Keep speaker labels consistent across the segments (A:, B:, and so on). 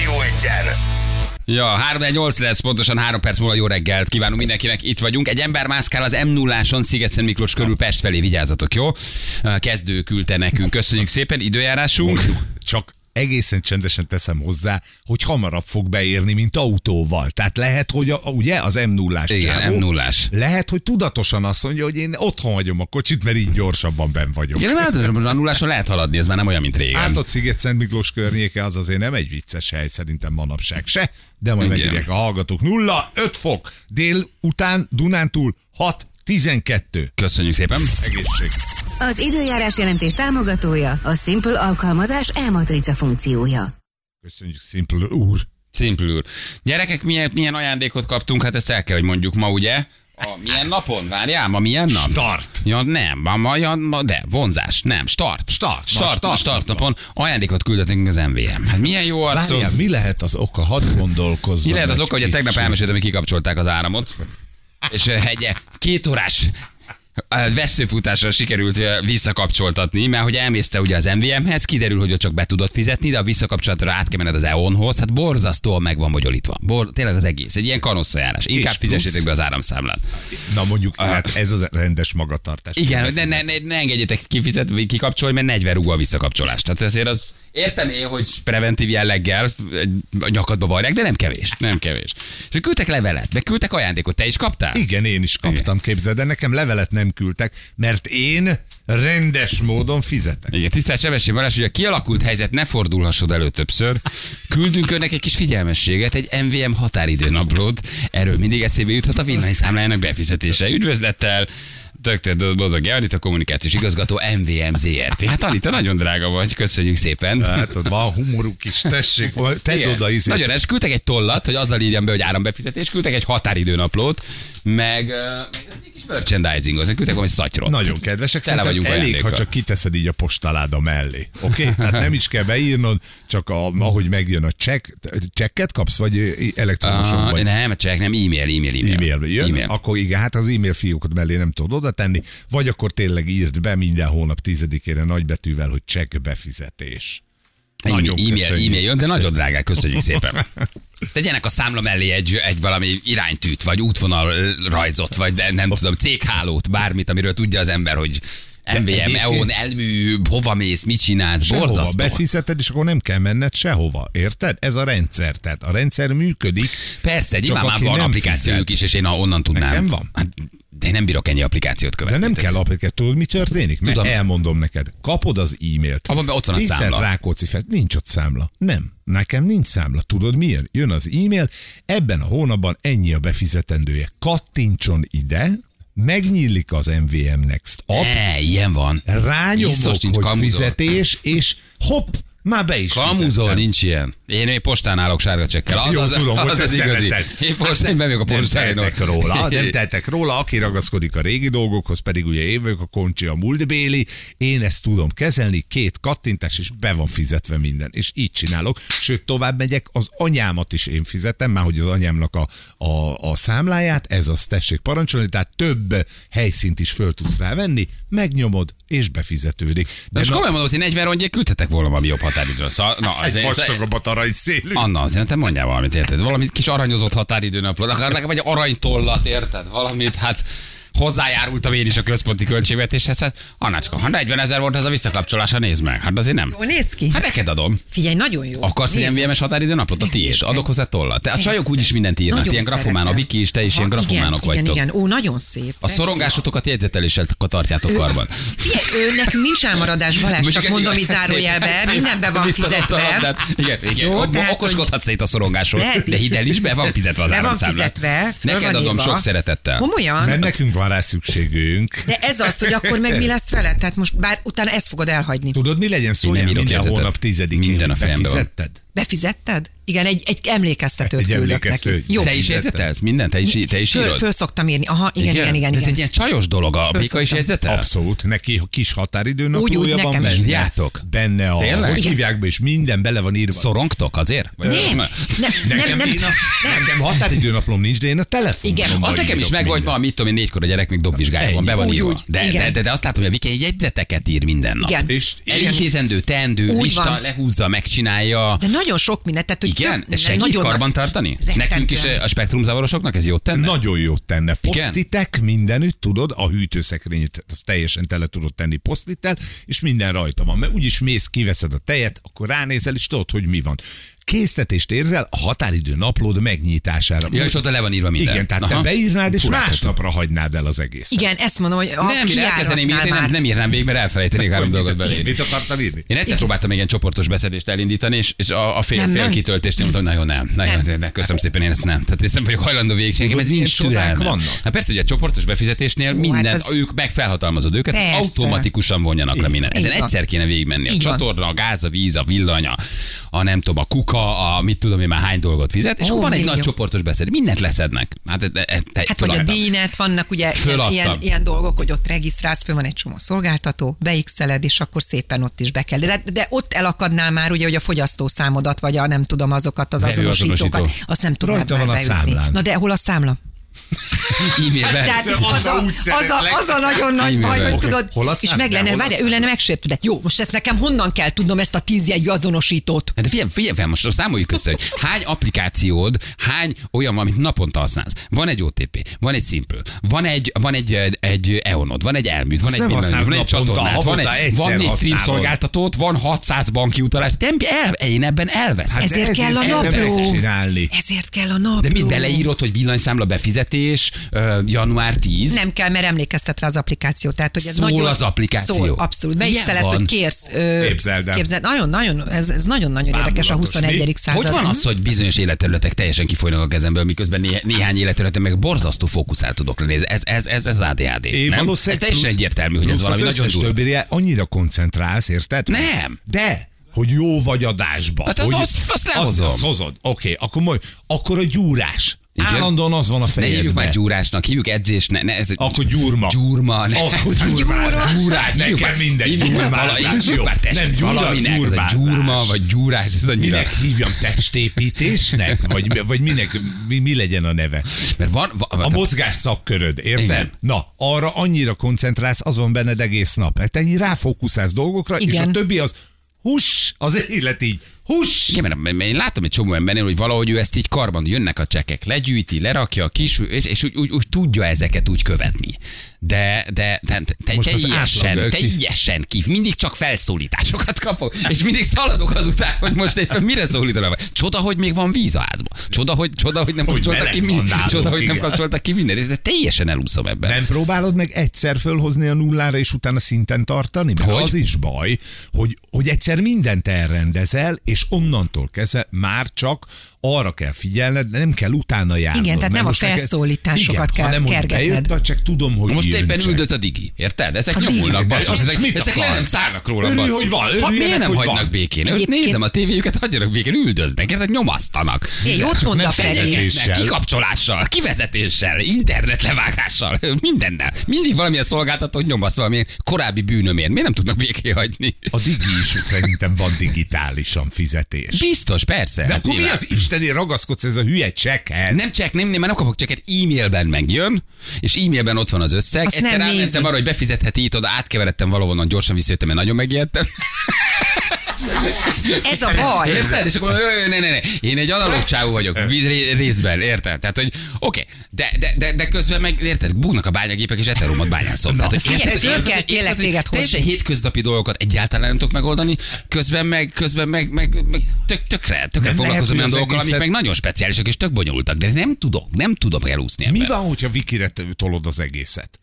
A: 10.
B: Ja, 3 lesz, pontosan 3 perc múlva jó reggelt kívánunk mindenkinek, itt vagyunk. Egy ember mászkál az m 0 áson Szigetszen Miklós körül Pest felé, vigyázzatok, jó? Kezdő küldte nekünk, köszönjük szépen, időjárásunk.
C: Csak egészen csendesen teszem hozzá, hogy hamarabb fog beérni, mint autóval. Tehát lehet, hogy a, ugye az m 0
B: Igen, M0-ás.
C: Lehet, hogy tudatosan azt mondja, hogy én otthon hagyom a kocsit, mert így gyorsabban ben vagyok.
B: Igen, hát az a nulláson lehet haladni, ez már nem olyan, mint régen.
C: Átott sziget Szent Miklós környéke az azért nem egy vicces hely szerintem manapság se, de majd
B: Igen.
C: megírják a hallgatók. 0, 5 fok, dél után Dunántúl 6, 12.
B: Köszönjük szépen.
C: Egészség.
D: Az időjárás jelentés támogatója a Simple alkalmazás e-matrica funkciója.
C: Köszönjük, Simple úr.
B: Szimplül úr. Gyerekek, milyen, milyen ajándékot kaptunk? Hát ezt el kell, hogy mondjuk ma, ugye? A milyen napon? Várjál, ma milyen nap?
C: Start.
B: Ja, nem, ma, ma, ja, ma, de, vonzás, nem, start.
C: Start.
B: Start,
C: Ma
B: start,
C: start
B: start napon ajándékot küldött nekünk az MVM. Hát milyen jó arcok.
C: Várjál, mi lehet az oka? Hadd gondolkozzon.
B: Ki lehet az
C: egy
B: oka, hogy a tegnap
C: kicsit.
B: elmeséltem, hogy kikapcsolták az áramot, és eh, egy eh, két órás eh, veszőfutásra sikerült eh, visszakapcsoltatni, mert hogy elmészte ugye az MVM-hez, kiderül, hogy ott csak be tudod fizetni, de a visszakapcsolatra át kell menned az EON-hoz, hát borzasztóan meg van bonyolítva. Bor, tényleg az egész, egy ilyen kanosszajárás. Inkább
C: plusz-
B: fizessétek be az áramszámlát.
C: Na mondjuk, hát ez az rendes magatartás.
B: Igen, hogy ne, ne, ne, ne engedjétek kifizet, vagy kikapcsolni, mert 40 rúg a visszakapcsolás. Tehát azért az értem én, hogy preventív jelleggel a nyakadba varják, de nem kevés. Nem kevés. És küldtek levelet, meg küldtek ajándékot. Te is kaptál?
C: Igen, én is kaptam,
B: Igen.
C: képzeld, de nekem levelet nem küldtek, mert én rendes módon fizetek.
B: Igen, tisztelt Sebesség Balázs, hogy a kialakult helyzet ne fordulhasson elő többször. Küldünk önnek egy kis figyelmességet, egy MVM határidőnaplót. Erről mindig eszébe juthat a villanyszámlájának befizetése. Üdvözlettel, Dr. Bozog Jánit, a kommunikációs igazgató MVM ZRT. Hát Anita, nagyon drága vagy, köszönjük szépen.
C: Hát ott van humoruk is, tessék, vagy tedd
B: Igen.
C: oda izét.
B: Nagyon es, küldtek egy tollat, hogy azzal írjam be, hogy árambefizetés, küldtek egy határidőnaplót, meg, ö, meg egy kis merchandisingot, meg küldtek valami szatyrot.
C: Nagyon kedvesek,
B: Tele
C: szerintem
B: vagyunk
C: elég,
B: ajándékkal.
C: ha csak kiteszed így a postaláda mellé. Oké? Okay? Tehát nem is kell beírnod, csak a, ahogy megjön a csekk, csekket kapsz, vagy elektronosan
B: Ah,
C: vagy?
B: nem, csak nem, e-mail, e-mail, e-mail.
C: e-mailbe jön,
B: E-mail.
C: e-mail. akkor igen, hát az e-mail fiókot mellé nem tudod oda tenni, vagy akkor tényleg írd be minden hónap tizedikére nagybetűvel, hogy csekk befizetés.
B: E-mail,
C: Nagyon
B: e-mail,
C: köszönjük.
B: e-mail jön, de nagyon drágák, köszönjük szépen. Tegyenek a számla mellé egy, egy valami iránytűt, vagy útvonal ö, rajzot, vagy de nem tudom, céghálót, bármit, amiről tudja az ember, hogy MVM,
C: egyébként-
B: EON, E elmű, hova mész, mit csinálsz,
C: Sehova
B: borzasztó.
C: befizeted, és akkor nem kell menned sehova. Érted? Ez a rendszer. Tehát a rendszer működik.
B: Persze, nyilván
C: Csak
B: már
C: aki
B: van
C: nem
B: applikációjuk
C: fizet.
B: is, és én onnan tudnám.
C: Nekem van.
B: Hát, de én nem bírok ennyi applikációt
C: De
B: követni.
C: nem kell applikáció. Tudod, mi történik? Mert
B: Tudom.
C: elmondom neked. Kapod az e-mailt.
B: Abban be ott van a
C: Tízszer
B: számla.
C: Rákóczi fel. Nincs ott számla. Nem. Nekem nincs számla. Tudod milyen? Jön az e-mail. Ebben a hónapban ennyi a befizetendője. Kattintson ide, megnyílik az MVM Next app,
B: Ne, ilyen van.
C: rányomok,
B: Biztos nincs
C: hogy
B: kamuzol.
C: fizetés, és hopp, már be is
B: Kamuzol
C: fizettem.
B: nincs ilyen. Én, én postán állok sárga csekkel. Az,
C: Jó,
B: az,
C: tudom, hogy
B: az,
C: te
B: az igazi.
C: szereted.
B: Én postán, én bemegyek a
C: Nem
B: postáin.
C: tehetek róla, Ah, nem tehetek róla, aki ragaszkodik a régi dolgokhoz, pedig ugye én vagyok a koncsi a múltbéli, én ezt tudom kezelni, két kattintás, és be van fizetve minden, és így csinálok, sőt tovább megyek, az anyámat is én fizetem, már hogy az anyámnak a, a, a számláját, ez az tessék parancsolni, tehát több helyszínt is föl tudsz rá venni, megnyomod, és befizetődik.
B: De most
C: na-
B: komolyan mondom, hogy 40 rongyért küldhetek volna valami jobb határidőről. Szóval, na, az
C: egy vastagabb a taraj szélű.
B: Anna, azért te mondjál valamit, érted? Valamit kis aranyozott határidőnaplót, akár nekem egy aranytollat, érted? Valamit, hát hozzájárultam én is a központi költségvetéshez, hát Annácska, ha 40 ezer volt ez a visszakapcsolása, nézd meg, hát azért nem.
E: Jó néz ki.
B: Hát neked adom.
E: Figyelj, nagyon jó.
B: Akarsz egy
E: Nézd.
B: MVM-es határidőnaplót? A tiéd.
E: Egyeske.
B: Adok hozzá tollat. Te a
E: Persze.
B: csajok úgyis mindent írnak.
E: Nagyon
B: Ilyen grafomán, a
E: szeretem.
B: Viki és te is ilyen
E: Aha,
B: grafománok
E: igen,
B: vagytok.
E: Igen, igen, ó, nagyon szép.
B: A szorongásotokat jegyzeteléssel tartjátok karban.
E: Figyelj, ő, nekünk nincs elmaradás, Balázs, csak
B: Mondjuk ez
E: mondom,
B: igaz,
E: így
B: ez szép,
E: zárójelbe,
B: ez szép.
E: mindenbe van
B: Visszadobta a
E: fizetve.
B: labdát. Igen, igen.
E: Jó,
B: Ott
E: tehát, hogy-
B: okoskodhatsz szét a szorongásról.
E: Lehet
B: De
E: így.
B: hidd el is, be van fizetve az
E: Be van
B: áramszámla.
E: fizetve, föl
B: Neked
E: van
B: adom
E: írva.
B: sok szeretettel.
C: Mert
E: Komolyan?
C: nekünk van rá szükségünk.
E: De ez az, hogy akkor meg mi lesz vele? Tehát most bár utána ezt fogod elhagyni.
C: Tudod, mi legyen szó,
B: Én nem írok
C: minden
B: jegyzetet.
C: hónap tizedikén
B: Minden a fejemben van.
C: befizetted?
E: Befizetted? Igen, egy, egy emlékeztetőt
C: Egy
E: küldök
C: emlékeztető.
E: neki. Jó.
B: Te is
C: Mindent.
B: jegyzetelsz? Minden? Te is, te is
E: Föl,
B: írod?
E: föl szoktam írni. Aha, igen, igen, igen.
B: De Ez
E: igen.
B: egy ilyen csajos dolog. A Vika is
E: szoktam.
B: jegyzetel?
C: Abszolút, neki kis
E: Úgy,
C: határidőnaplója
E: úgy,
C: van
E: nekem is.
C: benne.
B: Írjátok?
C: Benne a,
B: Tényleg?
C: hogy
B: Igen.
C: hívják be, és minden bele van írva.
B: Szorongtok azért? Vagy-
E: Nem,
B: Na.
E: nem, nem, nem,
C: én a, nekem határidőnaplom nincs, de én a telefonomon
E: Igen,
B: Az nekem is megvan, hogy ma, mit tudom én, négykor a gyerek még dobvizsgája van, be van
E: Úgy,
B: írva.
E: úgy.
B: De,
E: Igen.
B: de, de, de azt látom, hogy a Viki egy jegyzeteket ír minden nap.
E: Igen.
C: És
B: Elintézendő, teendő,
E: Úgy
B: lista,
E: van.
B: lehúzza, megcsinálja.
E: De nagyon nagyon sok mindent. Tehát, hogy
B: Igen?
E: tök
B: Ez
E: minden,
B: segít
E: nagy-
B: karban tartani?
E: Rettentően.
B: Nekünk is eh, a spektrumzavarosoknak ez jót tenne?
C: Nagyon jót tenne.
B: Igen?
C: Posztitek mindenütt, tudod, a hűtőszekrényet azt teljesen tele tudod tenni posztittel, és minden rajta van. Mert úgyis mész, kiveszed a tejet, akkor ránézel, és tudod, hogy mi van. Késztetést érzel a határidő naplód megnyitására.
B: Ja, és oda le van írva minden.
C: Igen, tehát
B: Aha.
C: te beírnád, és
B: Furáltató.
C: másnapra hagynád el az egész.
E: Igen, ezt mondom, hogy a
B: Nem, én elkezdeném írni, nem, nem írnám végig, mert elfelejtenék három dolgot belé.
C: Mit akartál írni?
B: Én egyszer próbáltam egy ilyen csoportos beszedést elindítani, és, és a, a fél,
E: Nem
B: fél
E: ment?
B: kitöltést én mondtam, hogy nagyon nem, nagyon nem. nem. köszönöm szépen, én ezt nem. Tehát én nem vagyok hajlandó végig, csinálni, nekem ez
C: Ilyen
B: nincs
C: csodák
B: türelmem.
C: vannak.
B: Hát persze, hogy a csoportos befizetésnél minden,
E: hát
B: hát
E: az-
B: ők megfelhatalmazod őket, az
E: Persze.
B: automatikusan vonjanak le mindent. Ezen
E: Így van.
B: egyszer kéne végigmenni. A
E: Így van.
B: csatorna, a gáz, a víz, a villany, a, a nem tudom, a kuka, a mit tudom én már hány dolgot fizet, és
E: Ó,
B: akkor van egy
E: még
B: nagy
E: jó.
B: csoportos beszéd, mindent leszednek. Hát, e, e, te,
E: Hát vagy a
B: föladtam.
E: díjnet, vannak ugye ilyen,
B: Föladtam.
E: ilyen, ilyen, dolgok, hogy ott regisztrálsz, föl van egy csomó szolgáltató, beixeled, és akkor szépen ott is be kell. De, de ott elakadnál már ugye, hogy a fogyasztószámodat, vagy a nem tudom azokat, az
B: Bevőazonosító.
E: azonosítókat, azt nem tudod
C: Rajta van a számlán.
E: Na de hol a számla?
B: E-mailben.
E: Hát, Tehát
C: Egyszer
E: az,
C: oda
E: a,
C: úgy
E: az,
C: szeretlek.
E: a, az a nagyon nagy
B: Így
E: baj,
B: művel.
E: hogy
C: Oké.
E: tudod,
C: Hol a
E: és
C: számla?
E: meg lenne,
C: Hol a
E: várj, ő
C: számla?
E: lenne megsértő. De Jó, most ezt nekem honnan kell tudnom ezt a tízjegyű azonosítót?
B: Hát De figyelj, figyelj fel, most számoljuk össze, hogy hány applikációd, hány olyan van, amit naponta használsz. Van egy OTP, van egy Simple, van egy, van egy, egy Eonod, van egy Elműt, van
C: Azt
B: egy
C: nem
B: minden,
C: használod
B: van egy
C: naponta,
B: csatornát, van
C: havonta
B: egy,
C: egyszer
B: van egy stream
C: használod.
B: szolgáltatót, van 600 banki utalás. De el, én ebben elvesz.
C: Hát
B: Hát,
C: de
E: Ezért kell a
C: ezért
B: napló.
C: kell csinálni.
E: Ezért kell a nap.
B: de mit beleírod, hogy villanyszámla befizetés, ö, január 10?
E: Nem kell, mert emlékeztet rá az applikáció. Tehát, hogy ez
B: Szól
E: nagyon,
B: az applikáció.
E: Szól, abszolút. Be is
B: Ilyen
E: szelet,
B: van.
E: hogy kérsz. Ö,
C: Képzeld el.
E: képzeld- Nagyon, nagyon, ez, ez nagyon-nagyon érdekes a
C: Bámulatos,
E: 21.
C: mi?
E: század.
B: Hogy van az, hogy bizonyos életterületek teljesen kifolynak a kezemből, miközben né- néhány életterületen meg borzasztó fókuszált tudok lenni? Ez, ez, ez, ez ADHD.
C: Én
B: nem? Ez
C: valószínűleg
B: teljesen
C: plusz-
B: egyértelmű, hogy ez
C: plusz
B: valami
C: az
B: nagyon
C: összes
B: durva.
C: többire annyira koncentrálsz, érted?
B: Nem.
C: De, hogy jó vagy adásban.
B: Hát az-
C: hogy
B: azt- azt lehozom.
C: Azt hozod. Oké, okay, akkor majd, akkor a gyúrás.
B: Igen.
C: Állandóan az van a
B: Ne hívjuk már
C: fejedben.
B: gyúrásnak, hívjuk edzésnek. Ne, ez,
C: Akkor gyúrma.
B: Gyúrma. Ne,
C: Akkor gyúrmázás.
B: Gyúrás.
C: Nekem
B: hívjuk már-
C: mindegy,
B: Hívjuk már
C: gyúrmázás,
B: valami. Hívjuk
C: jó.
B: már
C: Nem,
B: testet
C: gyúra,
B: valaminek. Ez a
C: gyúrmázás.
B: gyúrma, vagy gyúrás. Ez annyira.
C: Minek hívjam testépítésnek? Vagy, vagy minek, mi, mi legyen a neve?
B: Mert van, van,
C: A
B: van
C: mozgás szakköröd, érted?
B: Hát- Igen.
C: Na, arra annyira koncentrálsz, azon benned egész nap. Hát ennyi ráfókuszálsz dolgokra, és
E: Igen.
C: a többi az hús, az élet így, hús.
B: igen, mert én látom egy csomó embernél, hogy valahogy ő ezt így karban, jönnek a csekek, legyűjti, lerakja, kis, és, és úgy, úgy, úgy, tudja ezeket úgy követni. De, de, de te,
C: Most az
B: teljesen,
C: átlag-
B: teljesen kif, mindig csak felszólításokat kapok, és mindig szaladok azután, hogy most éppen mire szólítanak. Csoda, hogy még van víz a házban. Csoda, hogy, csoda, hogy nem
C: Hogy
B: kapcsoltak ki
C: meleg van
B: mindent.
C: nálunk,
B: Csoda, hogy nem
C: igen.
B: kapcsoltak ki mindent. De teljesen elúszom ebben.
C: Nem próbálod meg egyszer fölhozni a nullára, és utána szinten tartani? Mert
B: Hogy?
C: az is baj, hogy, hogy egyszer mindent elrendezel, és onnantól kezdve már csak arra kell figyelned, nem kell utána járnod.
E: Igen,
C: mert
E: tehát nem a
C: most neked-
E: felszólításokat
C: igen,
E: kell
C: hanem, hogy
E: kergetned.
C: bejött, vagy csak tudom, hogy
B: Most éppen
C: jön
B: üldöz a digi, érted? Ezek
E: A digi.
B: nyomulnak,
C: Hát De
B: basszus,
C: az
B: ezek,
C: mit
B: ezek le
C: akar?
B: nem szállnak róla,
C: Örülj,
B: basszus.
C: hogy van,
B: hát
C: örüljenek,
B: miért nem
C: hogy
B: hagynak
C: van.
B: békén? Őt
E: Egyébként-
B: nézem a tévéjüket, hagyjanak békén, üldöznek, érted? Nyomasztanak.
E: Én jót mond a Feri.
C: fizetéssel.
B: Fizetnek, kikapcsolással, kivezetéssel, internetlevágással, mindennel. Mindig valamilyen szolgáltató nyomasz valamilyen korábbi bűnömért. Miért nem tudnak békén hagyni?
C: A digi is szerintem van digitálisan fizetés.
B: Biztos, persze.
C: De
B: hát
C: akkor mi
B: nyilván.
C: az Istené ragaszkodsz ez a hülye csekhez?
B: Nem csek, nem, nem, mert nem kapok cseket, e-mailben megjön, és e-mailben ott van az összeg.
E: Azt
B: Azt Egyszer
E: nem nézi.
B: elmentem arra, hogy befizetheti itt, oda átkeveredtem valahonnan, gyorsan visszajöttem, mert nagyon megijedtem.
E: Ez a baj.
B: Érted? És akkor mondom, "Ö, ne, ne, ne. Én egy analóg csávó vagyok, vi- ré- részben, érted? Tehát, hogy oké, de, de, de, de közben meg, érted, búgnak a bányagépek, és eteromot bányászom. Tehát, hogy
E: Figyelj,
B: érted,
E: ezért
B: érted,
E: kell
B: hogy-
E: tényleg
B: érted, hogy
E: téged hozni.
B: Teljesen hétköznapi dolgokat egyáltalán nem tudok megoldani, közben meg, közben meg, meg, meg tök, tökre, tökre
C: Nem lehet,
B: foglalkozom
C: hogy
B: olyan
C: az
B: dolgokkal, amik
C: egészet-
B: meg nagyon speciálisak és tök bonyolultak, de nem tudok, nem tudok elúszni ebben.
C: Mi van, hogyha Vikire tolod az egészet?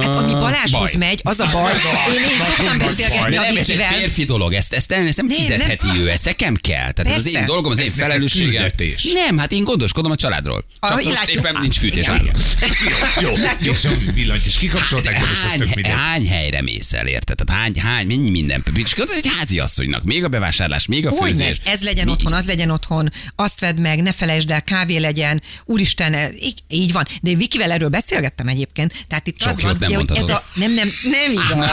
E: Hát ami Balázshoz
B: Baj.
E: megy, az a baj. Én, én szoktam beszélgetni
B: De
E: a
B: nem, ez egy
E: Vikivel.
B: férfi dolog, ezt, ezt, el, ezt nem
E: Nem,
B: fizetheti
E: nem.
B: ő, ezt nekem kell. Tehát ez az
E: Persze.
B: én dolgom, az
C: Ez
B: én
C: neked
B: felelősségem.
C: küldetés.
B: Nem, hát én gondoskodom a családról. Csak
E: Ah,
B: most
E: látjuk.
B: éppen nincs fűtés. Hát,
E: Igen.
B: nálunk.
C: Jó, jó. és a villanyt is kikapcsolták, most ez
B: Hány,
C: tök mindegy.
B: hány helyre mész el, érted? Tehát hány, hány, mennyi minden. Bicskod egy házi asszonynak, még a bevásárlás, még a
E: Hogy
B: főzés.
E: Ez legyen
B: Mi-
E: otthon, az legyen otthon, azt vedd meg, ne felejtsd el, kávé legyen, úristen, ez- így, így van. De én Vikivel erről beszélgettem egyébként, tehát itt
B: Sok
E: az
B: jót
E: van,
B: nem
E: ugye, hogy ez
B: mondhatod.
E: a, nem, nem, nem igaz.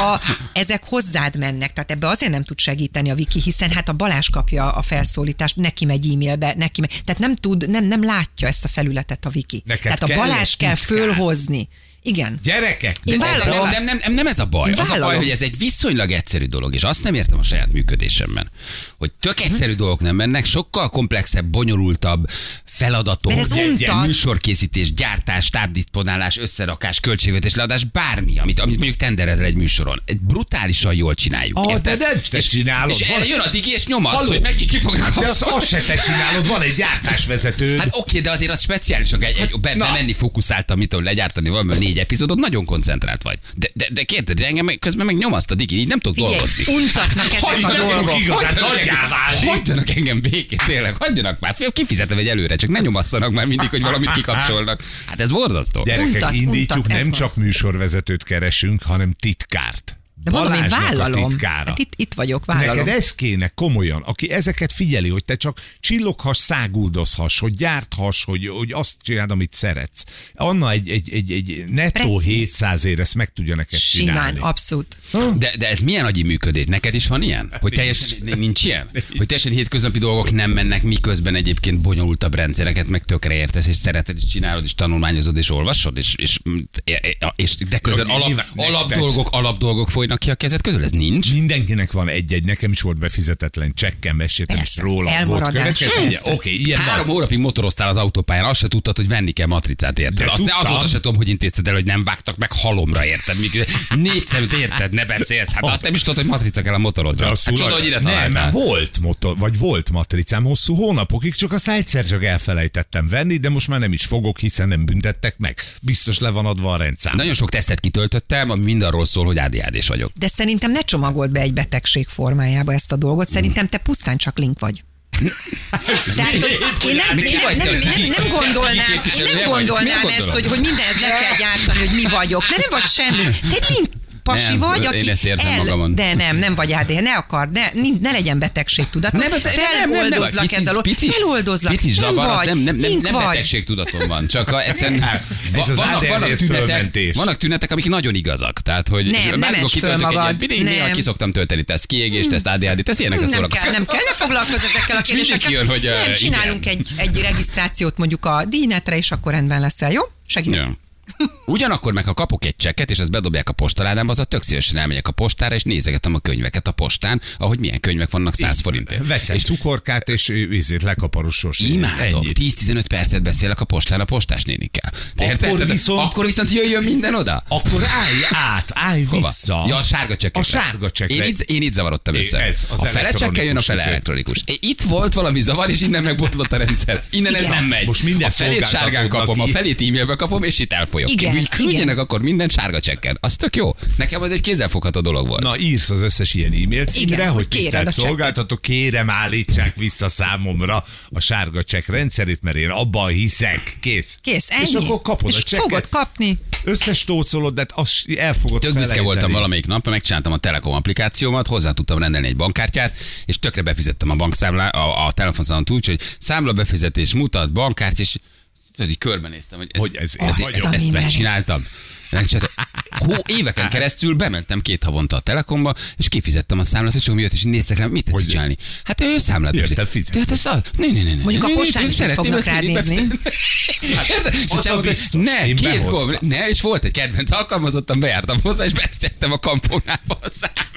E: A, ezek hozzád mennek, tehát ebbe azért nem tud segíteni a Viki, hiszen hát a Balázs kapja a felszólítást, neki megy e-mailbe, neki megy, tehát nem tud, nem, nem látja ezt a felületet a Viki.
C: Neked
E: tehát a
C: kell
E: Balázs
C: egy
E: kell
C: titkár.
E: fölhozni. Igen.
C: Gyerekek!
E: Én
B: De-
E: vállalom.
B: de- nem, nem, nem, nem ez a baj. Az a baj,
E: Vállalom.
B: hogy ez egy viszonylag egyszerű dolog, és azt nem értem a saját működésemben, hogy tök
C: Mhm.
B: egyszerű dolgok nem mennek, sokkal komplexebb, bonyolultabb feladatok,
E: Mert ez
B: ugye,
E: untat.
B: ugye, műsorkészítés, gyártás, tábdisponálás, összerakás, költségvetés, leadás, bármi, amit, amit mondjuk tenderezel egy műsoron. Egy brutálisan jól csináljuk.
C: Ah,
B: érted?
C: de nem te
B: és,
C: csinálod,
B: És
C: van-
B: erre jön a tiki, és nyom azt,
C: Halló.
B: hogy megint ki fogja
C: De azt,
B: kapcsolni.
C: azt se te csinálod, van egy gyártásvezetőd.
B: Hát oké, de azért az speciális, hogy egy, egy, be,
C: na.
B: bemenni fókuszáltam, mit tudom, legyártani valami négy epizódot, nagyon koncentrált vagy. De, de, de kérdez, de engem meg- közben meg nyomaszt a digi, így nem tudok
E: Figyelj,
B: dolgozni.
E: untatnak ezek
B: Hagyjanak
E: a
C: nem
E: dolgok.
C: fogok igazán
B: hagyjanak
C: nagyjá
B: engem-
C: válni.
B: Hagyjanak engem békén, tényleg, hagyjanak már. Fél, Kifizetem egy előre, csak ne nyomasszanak már mindig, hogy valamit kikapcsolnak. Hát ez borzasztó.
C: Gyerekek,
E: Untat,
C: indítjuk,
E: untat, ez
C: nem
E: van.
C: csak műsorvezetőt keresünk, hanem titkárt.
E: De mondom, én
C: Balázsnak A
E: vállalom.
C: titkára.
E: Hát itt, itt vagyok, vállalom.
C: Neked ez kéne komolyan, aki ezeket figyeli, hogy te csak csilloghass, száguldozhass, hogy gyárthass, hogy, hogy azt csináld, amit szeretsz. Anna egy, egy, egy, egy nettó
E: Precíz.
C: 700 ér, ezt meg tudja neked
E: Simán,
C: csinálni.
E: abszolút.
B: De, de ez milyen agyi működés? Neked is van ilyen? Hogy teljesen nincs, ilyen? Hogy teljesen hétköznapi dolgok nem mennek, miközben egyébként bonyolultabb rendszereket meg tökre értesz, és szereted, és csinálod, és tanulmányozod, és olvasod, és, és, és de közben
C: Ja,
B: alap,
C: nyilván,
B: alapdolgok, alapdolgok folynak ki a kezed közül, ez nincs.
C: Mindenkinek van egy-egy, nekem is volt befizetetlen csekkem, meséltem is
E: Persze,
C: róla. Volt
E: elmaradás.
C: következő, ugye?
E: Persze.
C: Oké, ilyen
B: Három
C: van.
B: órapig motoroztál az autópályán, azt se tudtad, hogy venni kell matricát, érted?
C: De
B: Azt ne,
C: tudtam.
B: azóta se tudom, hogy intézted el, hogy nem vágtak meg halomra, érted? Míg négy szemét érted, ne beszélsz. Hát azt nem is tudod, hogy matrica kell a motorodra.
C: De
B: Hát
C: azt
B: csoda,
C: tudod-
B: hogy ide
C: nem,
B: találtál.
C: mert volt motor, vagy volt matricám hosszú hónapokig, csak azt egyszer csak elfelejtettem venni, de most már nem is fogok, hiszen nem büntettek meg. Biztos le van adva a rendszám.
B: Nagyon sok tesztet kitöltöttem, ami mind arról szól, hogy ADHD-s vagyok.
E: De szerintem ne csomagold be egy betegség formájába ezt a dolgot, szerintem te pusztán csak link vagy. Tehát, hogy én nem,
B: Ki
E: én
B: vagy
E: nem,
B: te?
E: nem, nem, nem
B: Ki-
E: gondolnám,
B: ki
E: én
B: képviselő?
E: nem
B: Miért vagy? Miért
E: gondolnám ezt,
B: gondolod?
E: hogy, hogy mindenhez le kell gyártani, hogy mi vagyok. De nem vagy semmi. Te egy link pasi
B: Nem,
E: vagy,
B: én
E: aki
B: ezt érzem
E: el,
B: magamon.
E: De nem, nem vagy AD, ne akard, ne, nin- ne legyen betegségtudat.
B: Nem, az, nem, nem, nem,
E: feloldozlak
B: pici,
E: ez alól.
B: pici,
E: Feloldozlak,
B: Pici
E: nem
B: zavar, az
E: vagy,
B: nem, nem, nem,
E: link
B: nem
E: vagy.
B: betegségtudatom van, csak a, egyszerűen
C: Ez
B: va-
C: Hát, az
B: vannak,
C: ADHD
B: vannak,
C: ez
B: tünetek,
C: fölmentés.
B: vannak tünetek, amik nagyon igazak. Tehát, hogy
E: Nem,
B: és
E: nem
B: bármikor
E: esd föl
B: kitöltök egy
E: magad.
B: ilyet, mindig néha
E: Nem.
B: kiszoktam tölteni teszt, kiégés, teszt, ADHD, teszt, ilyenek a
E: Nem
B: szólak.
E: kell, nem kell, ne foglalkozz ezekkel a
B: És mindig
E: kérdésekkel.
B: kijön, hogy, eh,
E: nem,
B: igen.
E: csinálunk egy, egy regisztrációt mondjuk a díjnetre, és akkor rendben leszel, jó? Segítek.
B: Ja. Ugyanakkor meg, ha kapok egy csekket, és ezt bedobják a postaládámba, az a tök szívesen elmegyek a postára, és nézegetem a könyveket a postán, ahogy milyen könyvek vannak 100 forintért.
C: Veszem
B: és
C: cukorkát, és ezért lekaparos sosét.
B: Imádom.
C: Ennyit.
B: 10-15 percet beszélek a postán a postás nénikkel. De
C: Akkor
B: érted?
C: viszont-
B: akkor viszont jöjjön minden oda?
C: Akkor állj át, állj
B: Hova?
C: vissza.
B: Ja, a sárga csekkre.
C: A sárga csekkre.
B: Én itt, én itt zavarodtam
C: É,
B: össze.
C: ez, az
B: a fele
C: elektronikus
B: csekkel jön a fele
C: izé.
B: elektronikus. É, Itt volt valami zavar, és innen megbotlott a rendszer. Innen ez nem megy.
C: Most minden
B: a felét
C: szolgáltatónak
B: sárgán kapom, a
C: í-
B: felét e-mailbe kapom, és itt elfolyok.
E: Igen,
B: Úgy Küldjenek
E: igen.
B: akkor minden sárga csekken. Az tök jó. Nekem az egy kézzelfogható dolog volt.
C: Na, írsz az összes ilyen e-mail címre,
E: Igen,
C: hogy
E: hogy kéred
C: tisztelt
E: a csekket.
C: szolgáltató, kérem állítsák vissza számomra a sárga csekk rendszerét, mert én abban hiszek. Kész.
E: Kész, ennyi.
C: És akkor kapod
E: és
C: a csekket.
E: fogod kapni.
C: Összes tócolod, de azt el fogod
B: Tök büszke
C: felejteni.
B: voltam valamelyik nap, megcsináltam a Telekom applikációmat, hozzá tudtam rendelni egy bankkártyát, és tökre befizettem a bankszámlá, a, a telefonszámot úgy, hogy számla befizetés mutat, bankkártya, és tudod, így körbenéztem, hogy,
C: Hogy ez én
B: ezt,
C: vagyok.
B: ezt,
E: Ez a
B: ezt
E: mi
B: megcsináltam. Megcsináltam. Hó, éveken keresztül bementem két havonta a Telekomba, és kifizettem a számlát, és csak jött, és így néztek rám, mit tetsz csinálni? Hát ő számlát
C: Jöttem
B: fizet.
C: fizetni.
B: Tehát ez a... Ne, ne, ne, ne.
E: Mondjuk a
B: Ne, ne,
E: postán
B: ne,
E: is
B: szeretném
E: fognak
B: ezt
E: rád
B: így
E: nézni.
B: befizetni. Érted? És
C: az
B: csak mondta,
C: a Hát, biztos.
B: Ne,
C: Én
B: két
C: behoztam.
B: gomb, ne, és volt egy kedvenc alkalmazottam, bejártam hozzá, és befizettem a kampónába a számlát.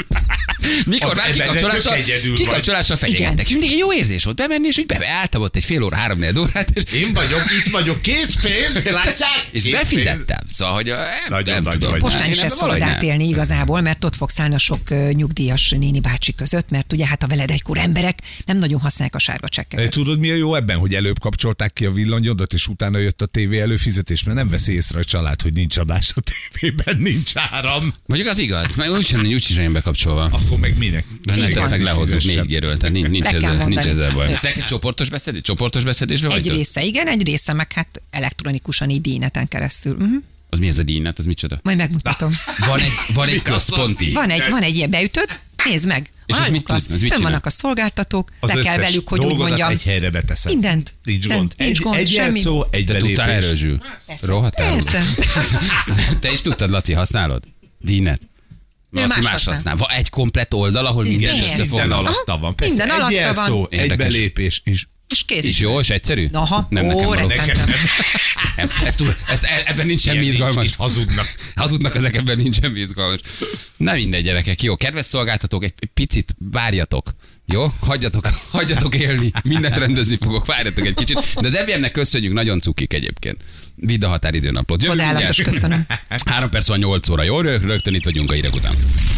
B: Mikor
C: Az
B: már
C: ebben
B: kikapcsolással,
C: tök egyedül vagy.
B: kikapcsolással fenyegettek. És mindig jó érzés volt bemenni, és úgy bebe, álltam ott egy fél óra, három négy órát, és
C: Én vagyok, itt vagyok, készpénz, látják?
B: és
C: Készpénz.
B: befizettem. Szóval, hogy a- nem,
C: Nagyon
B: nem
C: nagy
B: tudom.
C: vagy.
E: Postán is
B: Én
E: ezt
B: ebben valahogy
E: fogod
B: nem.
E: átélni igazából, mert ott fogsz állni a sok ö, nyugdíjas néni bácsi között, mert ugye hát a veled egykor emberek nem nagyon használják a sárga
C: E,
E: csekkeket.
C: Tudod, mi a jó ebben, hogy előbb kapcsolták ki a villanyodat, és utána jött a tévé előfizetés, mert nem veszi észre a család, hogy nincs adás a tévében, nincs áram.
B: Mondjuk az igaz, mert úgysem, úgyis én bekapcsolva.
C: Akkor meg minek?
B: De
E: Így
B: nem
E: van.
B: kell meg lehozzuk
C: Fizessen.
B: négy géről, tehát nincs, nincs,
E: Be kell
B: ezzel,
E: mondani.
B: nincs ezzel baj.
E: Persze.
B: Neked csoportos beszéd, csoportos beszédésben
E: Egy
B: vagy?
E: része igen, egy része meg hát elektronikusan így díjneten keresztül. Uh-huh.
B: Az mi ez a díjnet, az micsoda?
E: Majd megmutatom.
B: Van egy, van egy központi.
E: Van egy, van egy ilyen beütött, nézd meg.
B: És ez
E: Nagyon
B: mit
E: klassz.
B: tud? Ez mit
E: Fönn
B: csinál?
E: vannak a szolgáltatók,
C: Az
E: le kell
C: összes
E: velük, hogy úgy
C: dolgodat
E: mondjam.
C: egy helyre beteszed.
E: Mindent.
C: Nincs
E: Nem,
C: gond.
E: nincs
C: egy,
E: gond,
C: egy
E: semmi.
C: jelszó, egy
B: Te tudtál erről,
C: belépés.
B: Zsül? Rohadt árul.
E: Persze.
B: Te is tudtad, Laci, használod? Díjnet? Laci
E: más
B: más
E: használ.
B: használ. Van egy komplet oldal, ahol minden
E: Igen.
C: Minden
B: összefoglalva.
C: alatta van. Persze,
E: Minden
C: egy
E: alatta
C: jelszó,
E: van.
C: egy
B: Érdekes.
C: belépés, és
E: És kész.
B: És jó, és egyszerű?
E: Na, Aha,
B: nem
E: ó,
B: nekem való.
E: rettentem.
C: Nekem nem.
B: Nem, ezt, túl, ezt, e- ebben nincs semmi
C: Ilyen nincs,
B: izgalmas.
C: itt hazudnak.
B: Hazudnak ezek, ebben nincs semmi izgalmas. Na minden gyerekek, jó. Kedves szolgáltatók, egy egy picit várjatok. Jó? Hagyjatok, hagyjatok élni. Mindent rendezni fogok, várjatok egy kicsit. De az MVM-nek köszönjük, nagyon cukik egyébként. Vidd a határidőnaplót. Jövünk
E: Csodálatos,
B: mindjárt.
E: köszönöm.
B: Három perc van 8 óra, jó? Rögtön itt vagyunk a hírek után.